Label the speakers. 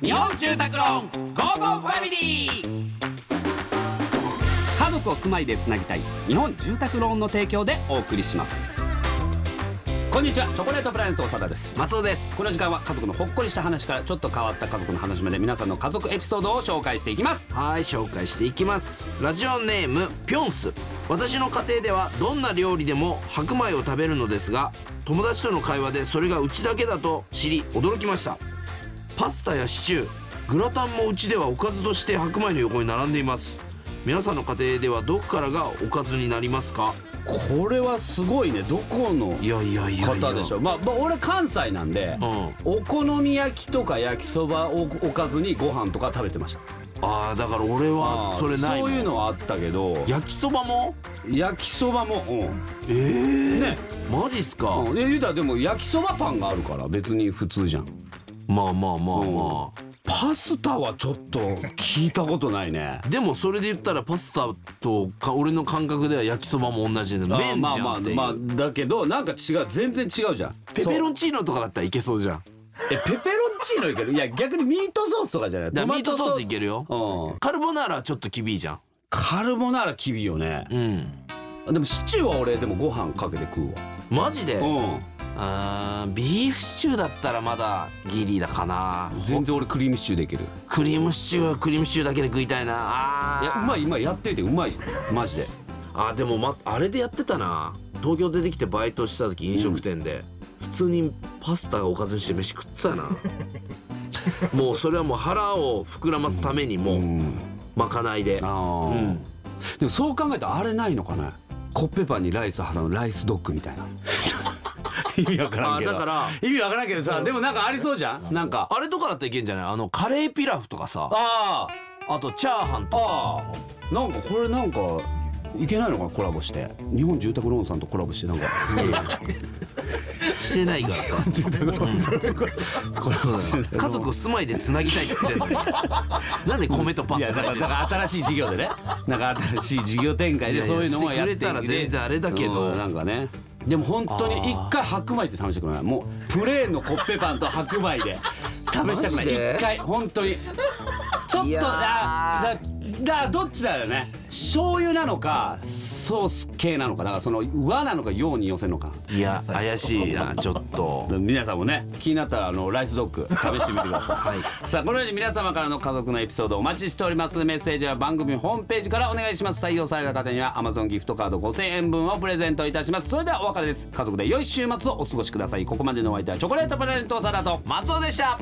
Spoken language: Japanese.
Speaker 1: 日本住宅ローンゴーゴーファミリー家族を住まいでつなぎたい日本住宅ローンの提供でお送りしますこんにちはチョコレートプラネット長田です
Speaker 2: 松尾です
Speaker 1: この時間は家族のほっこりした話からちょっと変わった家族の話まで皆さんの家族エピソードを紹介していきます
Speaker 2: はい紹介していきますラジオネームぴょんす私の家庭ではどんな料理でも白米を食べるのですが友達との会話でそれがうちだけだと知り驚きましたパスタやシチューグラタンもうちではおかずとして白米の横に並んでいます皆さんの家庭ではどこからがおかずになりますか
Speaker 1: これはすごいねどこの
Speaker 2: いやいやいやいや
Speaker 1: 方でしょまあ、まあ俺関西なんで、
Speaker 2: うん
Speaker 1: お好み焼きとか焼きそばをおかずにご飯とか食べてました
Speaker 2: ああだから俺はそれない
Speaker 1: そういう
Speaker 2: の
Speaker 1: のはあったけど
Speaker 2: 焼きそばも
Speaker 1: 焼きそばもう
Speaker 2: ええ
Speaker 1: んね
Speaker 2: マジっすか、
Speaker 1: うんいや言うたらでも焼きそばパンがあるから別に普通じゃん
Speaker 2: まあまあまあまあ、
Speaker 1: パスタはちょっと聞いたことないね
Speaker 2: でもそれで言ったらパスタとか俺の感覚では焼きそばも同じで麺じゃ
Speaker 1: あ
Speaker 2: ん
Speaker 1: まあま
Speaker 2: っ
Speaker 1: あ
Speaker 2: ていう、
Speaker 1: まあだけどなんか違う全然違うじゃん
Speaker 2: ペペ
Speaker 1: ン
Speaker 2: ロンチーノとかだったらいけそうじゃん
Speaker 1: えペペロンチーノいけるいや逆にミートソースとかじゃない
Speaker 2: だからミートソースい
Speaker 1: い
Speaker 2: けるよ
Speaker 1: うん、
Speaker 2: カルボナーラはちょっと厳いじゃん
Speaker 1: カルボナーラ厳いよね、
Speaker 2: うん
Speaker 1: でもシチューは俺でもご飯かけて食うわ
Speaker 2: マジで、
Speaker 1: うん
Speaker 2: あービーフシチューだったらまだギリだかな
Speaker 1: 全然俺クリームシチューできる
Speaker 2: クリームシチューはクリームシチューだけで食いたいなあ
Speaker 1: い
Speaker 2: ー
Speaker 1: やうまい今やっててうまいじゃんマジで
Speaker 2: あでも、ま、あれでやってたな東京出てきてバイトした時飲食店で、普通にパスタをおかずにして飯食ってた なもうそれはもう腹を膨らますためにもうまかないで、
Speaker 1: あ
Speaker 2: う
Speaker 1: あ、
Speaker 2: ん、
Speaker 1: でもそう考えたらあれないのかなコッペパンにライス挟むライスドッグみたいな意味わからんけど
Speaker 2: あだから
Speaker 1: 意味わからんけどさでもなんかありそうじゃんなんか
Speaker 2: あれとかだったらいけんじゃないあのカレーピラフとかさ
Speaker 1: あ
Speaker 2: あとチャーハン
Speaker 1: あ
Speaker 2: とか
Speaker 1: ああなんかこれなんかいけないのかなコラボして日本住宅ローンさんとコラボしてなんか
Speaker 2: してないか らさ
Speaker 1: 住宅ローンさんコラボしてなんか
Speaker 2: 家族を住まいでつなぎたいって言ってん のになんで米とパン
Speaker 1: い
Speaker 2: ツ
Speaker 1: やだ
Speaker 2: だ
Speaker 1: からだから新しい事業で ねなんか新しい事業展開
Speaker 2: い
Speaker 1: で
Speaker 2: やいや
Speaker 1: そういうのもやってい
Speaker 2: してくれたら全然あれだけど
Speaker 1: うんなんかねでも本当に一回白米って試したくないもうプレーンのコッペパンと白米で試したくな
Speaker 2: マジで
Speaker 1: い一回本当にちょっ
Speaker 2: い
Speaker 1: と
Speaker 2: や
Speaker 1: だ
Speaker 2: ー
Speaker 1: だだどっちだよね醤油なのかソース系なのかだからその和なのか洋に寄せるのか
Speaker 2: いや怪しいなちょっと
Speaker 1: 皆さんもね気になったらあのライスドッグ試してみてください、さあこのように皆様からの家族のエピソードお待ちしておりますメッセージは番組ホームページからお願いします採用された方には Amazon ギフトカード5000円分をプレゼントいたしますそれではお別れです家族で良い週末をお過ごしくださいここまでのお相手はチョコレートプラネット長田と
Speaker 2: 松尾でした